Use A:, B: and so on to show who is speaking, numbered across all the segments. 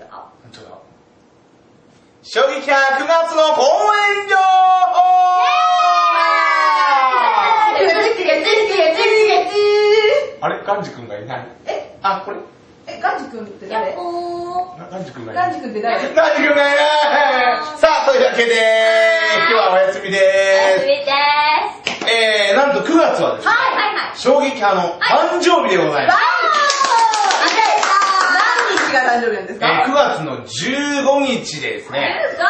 A: だ
B: 本当だ。衝撃波9月の公演情報
A: やつやつやつやつ
B: あれガンジ君がいない。
C: え、
B: あ、これ
C: え、ガンジ君って
A: やっ
C: 誰
A: ほー
B: ガンジ君がいない
C: ガン。ジ君って誰
B: ガンジ君がいないさあ、というわけで、今日はお休みで
A: 上です
B: す。えー、なんと9月はですね、
A: はいはいはい
B: 衝撃波の誕生日でございます。
C: 何日が誕生日なんです
B: えー
C: か
B: 9月の15日でですね、
A: 15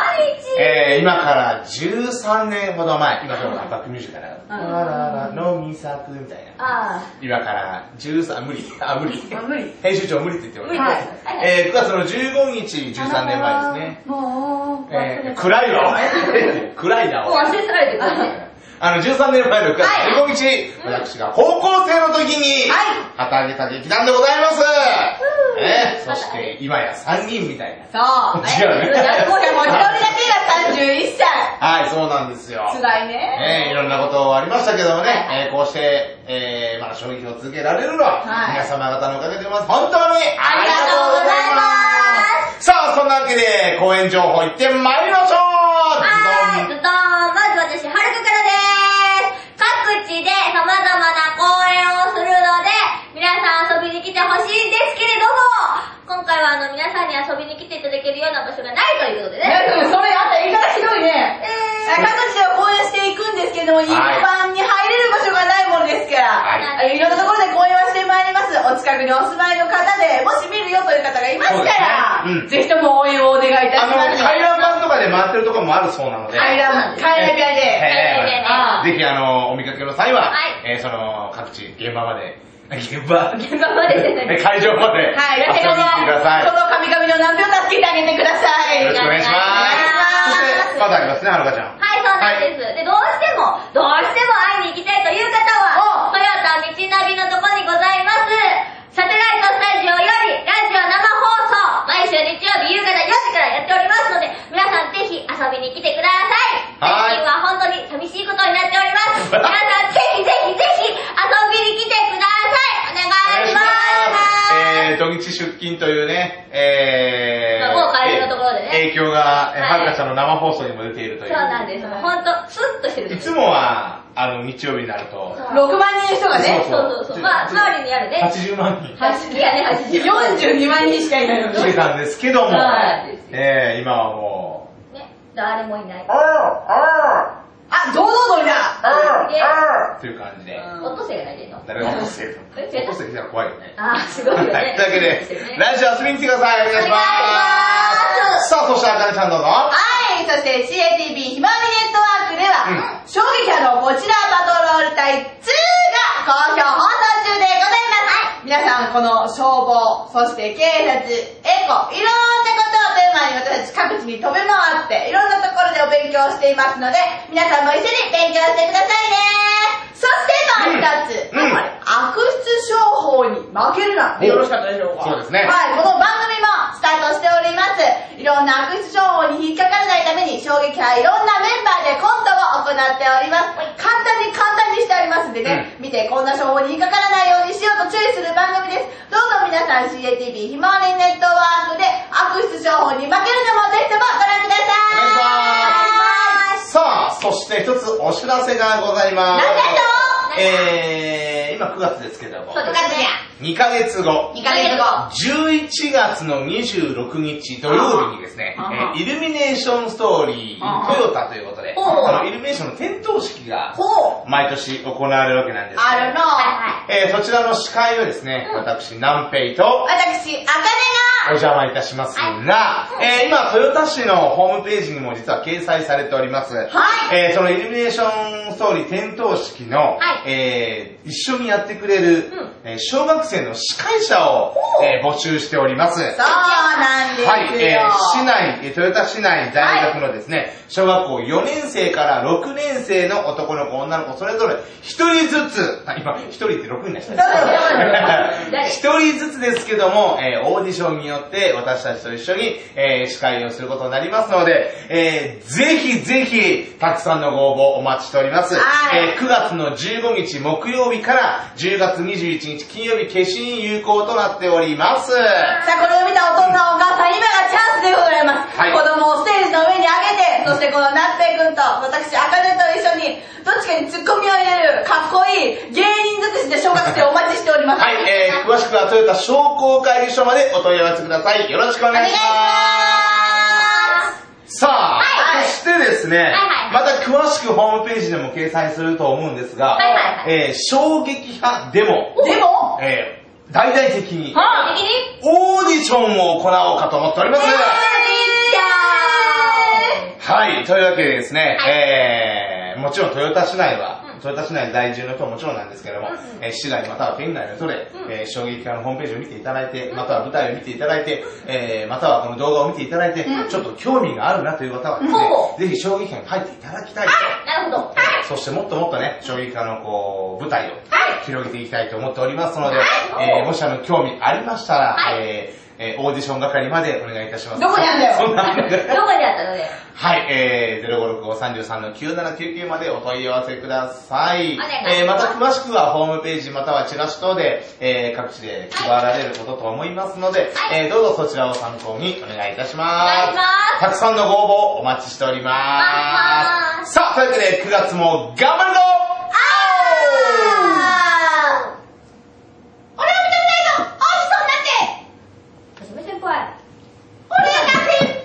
A: 日
B: えー、今から13年ほど前、今からバックミュージックから、
C: うん
B: あららら、のみさくみたいな。
A: あ
B: 今から13、無理、あ、無理。
C: あ無理
B: 編集長無理って言っておりま
C: 無理
B: す。
C: です
A: はいはい
B: えー、9月の15日、13年前ですね。
C: もう、
B: えー、暗いわ。 暗いな、
A: もう
B: おい
A: 忘れ去られてたね
B: あの、13年前の9月
A: は
B: 15日、私が高校生の時に、
C: はい
B: 旗揚げた劇団でございます。
A: ふう
B: ね、そして、今や3人みたいな。
C: そう。
B: 違うね
C: えもう一人だけが31歳。
B: はい、そうなんですよ。
C: 辛いね。
B: ね、いろんなことありましたけどもね、えーこうして、えー、まだ衝撃を続けられるのは、
C: はい
B: 皆様方のおかげでございます。本当にありがとうござい
A: ありがとうござい
B: ます。さあ、そんなわけで、公演情報行ってまいりましょう
A: はい、どどー
B: ズドン
A: んまず私、はるかからでーす各地で様々な公演をするので、皆さん遊びに来てほしいんですけれども、今回はあの皆さんに遊びに来ていただけるような場所がないということで
C: いや、
A: ね。
C: でもそれあんた言い方ひどいね。
A: えー、
C: 各地を公演していくんですけども、一般に入れる場所がないものですか
B: は
C: ら、い、ろんなところで公演はしてまいります。お近くにお住まいの方で、もし見るよという方がいましたら、
B: そうですねうん
C: ぜひとも応援をお願いいた
B: あ
C: し
B: の、
C: ます。
B: 回覧板とかで回ってるところもあるそうなので、
C: 回覧板、回覧板で。
B: え
C: あ
B: ーぜひあの、お見かけの際は、
A: はい
B: えーその、各地、現場まで、現場、
A: 現場までじゃない
B: え会場まで、
C: はい、
B: 遊びに
C: だけども、
B: 来てください
C: こ。の神々の難病助けてあげてください。
B: よろしくお願いしま
C: お願
B: す。そし
C: いします
B: て、まだありますね、はるかちゃ
A: は
B: ん。
A: い、そうなんです。で、どうしても、どうしても会いに行きたいという方は、ト
C: お
A: ヨタ道ナビのとこにございます、サテライトスタジオより、ラジオ生放送、毎週日曜日夕方4時からやっておりますので、皆さんぜひ遊びに来てください。
B: はい
A: 最近は本当に寂しいことになっております。皆さんぜひぜひぜひ遊びに来てください。お願いします。
B: えー、土日出勤というね、えー、
A: まあもう帰りのところでね
B: 影響が、えー
A: はい
B: はるかちゃんの生放送にも出ていると
A: そ
B: いうう。
A: なんです。本当スッとしてる
B: い
A: でし
B: つ
A: ょ。
B: もは、あの、日曜日になると、
C: 6万人の人がね、
A: そうそうそう。まあ、周りにあるね。
B: 80万人
A: いやね、80。
C: 42万人しかいないの
B: 来て
C: に。
B: たんですけども、
A: はい
B: えー、今はもう、
A: ね、誰もいない。
B: あ
C: あ、堂々鳥だ
B: ーあ
A: いや
B: ーという感じで、
A: オットセイが泣いてんの
B: 誰が落としてる
A: え
B: の落としてきたら怖いよね。
A: あー、すごいよ
B: は
A: ね
B: い、。というわけ
A: そうですよ
B: で、
A: ね
B: 来週遊びに来てください。お願いしま
A: お願いします
B: す。さあ、そして、あかねちゃんどうぞ。
C: はい、そして CATB ひまわりネットワークでは、衝撃波のこちらパトロール隊2が好評放送中でございます。皆さん、この消防、そして警察、エコ、いろんなことをテーマに私たち各地に飛び回って、いろんなところでお勉強していますので、皆さんも一緒に勉強してくださいね。そしてもう一つ、
B: うんうん
C: 悪質商法に負けるな。よろしかったでしょうか
B: そうですね
C: はい、この番組もスタートしております。いろんな悪質情報に引っかからないために、衝撃波いろんなメンバーでコントを行っております。簡単に簡単にしておりますんでね、見てこんな情報に引っかからないようにしようと注意する番組です。どうぞ皆さん CATV ひまわりネットワークで悪質情報に負けるのもぜひともご覧くだ
B: お願いし
C: さい。
B: ますさあ、そして一つお知らせがございま
C: 何
B: す。
C: だ
B: えー、今9月ですけども、
A: そう
C: と
A: です
B: 2ヶ月後、
C: 2ヶ月後。
B: 11月の26日土曜日にですね、
C: あ
B: え
C: ー
B: ーイルミネーションストーリ
C: あ
B: ー、
C: ー
B: トヨタということで、
C: ほう
B: このイルミネーションの点灯式が
C: ほう。
B: 毎年行われるわけなんです
C: あるの。
A: は
B: けど、えー、そちらの司会をですね、私、南平と、
C: 私、あかね
B: お邪魔いたしますが、えー今、豊田市のホームページにも実は掲載されております。はいえーそのイルミネーションストーリー点灯式の、
A: はい
B: えー一緒にやってくれる、
A: うん
B: えー小学生の司会者を、えー募集しております。
C: がそうなんですよ。
B: はい、えー市内、えー豊田市内大学のですね、小学校4年生から6年生の男の子、女の子、それぞれ1人ずつ、あ今、1人って6人でしたね。
A: 誰
B: 一人ずつですけども、えーオーディションによって私たちと一緒に、えー司会をすることになりますので、えーぜひぜひ、たくさんのご応募お待ちしております。
C: はい
B: えー9月の15日木曜日から10月21日金曜日、消印有効となっております。
C: さあ、これを見たお父さんお母さん、今がチでございます。
B: はい
C: 子供をステージの上に上げて、そしてこのなっぺくんと私、あかねと一緒に、どっちかにツッコミを入れる、かっこいい、芸人尽くしで小学生お待ちしております。
B: はい、えー、詳しくはトヨタ商工会議所までお問い合わせください。よろしくお願いします。さあ、
A: はい
B: そしてですね、
A: はい
B: また詳しくホームページでも掲載すると思うんですが、
A: はいはいは
B: えー衝撃派でも、
C: でも、
B: えー、大々的に
A: はい。的に
B: オーディションを行おうかと思っております。はい、というわけでですね、
A: はい
B: えー、もちろん豊田市内は、
A: うん
B: 豊田市内在住の人はもちろんなんですけども、
A: うんうん
B: えー市内または県内の人で、
A: うん
B: えー衝撃家のホームページを見ていただいて、または舞台を見ていただいて、えー、またはこの動画を見ていただいて、ちょっと興味があるなという方はです
A: ほ
B: ね、ぜひ衝撃家に入っていただきたいと。
A: なるほど。はい。
B: そしてもっともっとね、衝撃家のこう、舞台を
A: はい
B: 広げていきたいと思っておりますので、
A: はい
B: えー、もしあの、興味ありましたら、
A: はい
B: えーえーオーディション係までお願いいたします。
C: どこにあんだよ
B: そんな
A: どこでやったので
B: はい、えー、056533-9799までお問い合わせください。
A: お願いします
B: えー、また詳しくはホームページまたはチラシ等で、えー、各地で配られることと思いますので、
A: は
B: えー、どうぞそちらを参考にお願いいたし
A: お
B: ます。
A: 願いします
B: たくさんのご応募お待ちしておりま。
A: 待ってます
B: さあ、というわけで9月も頑張るぞ
A: あーは
C: 俺を見てくれと、お
A: じめ先輩。
C: じさんだって、俺が先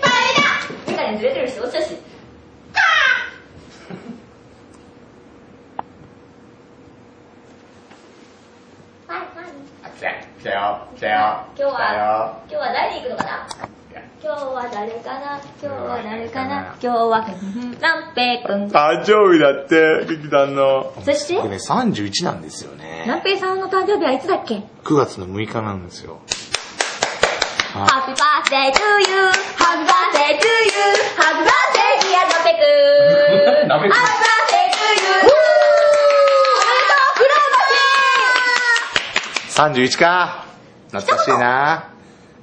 C: 輩だ
A: メガネずれてるし、落ちたし。はい、何
B: あ来たよ、来たよ、来たよ。
A: 今日
B: 来たよ
A: は、今日は誰に行くのかな今日は誰かな今日は誰かな今日は、なんぺいくん。
B: 誕生日だって、劇団の。
A: そして
B: 僕ね、31なんですよね。
A: なんぺいさんの誕生日はいつだっけ
B: 9月の6日なんですよ。はい
A: ?Happy birthday to you!Happy birthday to you!Happy birthday dear なぺくん
B: な
A: !Happy birthday to you! おめ
B: めて
A: でとうクローバ
B: 31か。懐かしいな。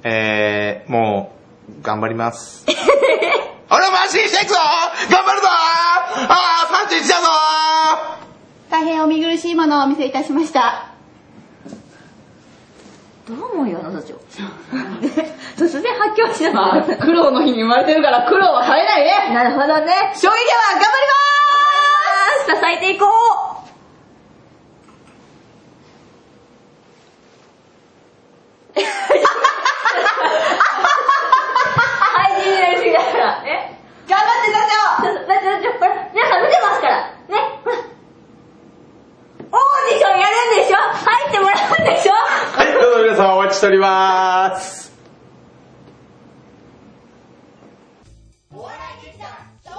B: えー、もう、頑張り ます。俺も安心していくぞ頑張るぞあー、31だぞ
C: 大変お見苦しいものをお見せいたしました。
A: どう思うよ、あの社長。 突然発狂しな
C: まあ、苦労の日に生まれてるから苦労は絶えないね。
A: なるほどね。
C: 衝撃は頑張り
A: 支えていこうはい、自由な意だから。え
C: ます頑張って社長
A: ちょっと、待って、待って、ほら、皆さん見てますから。ね、ほら。オーディションやるんでしょ入ってもらうんでしょ
B: はい、どうぞ皆様お待ちしております。
C: お笑い劇団、小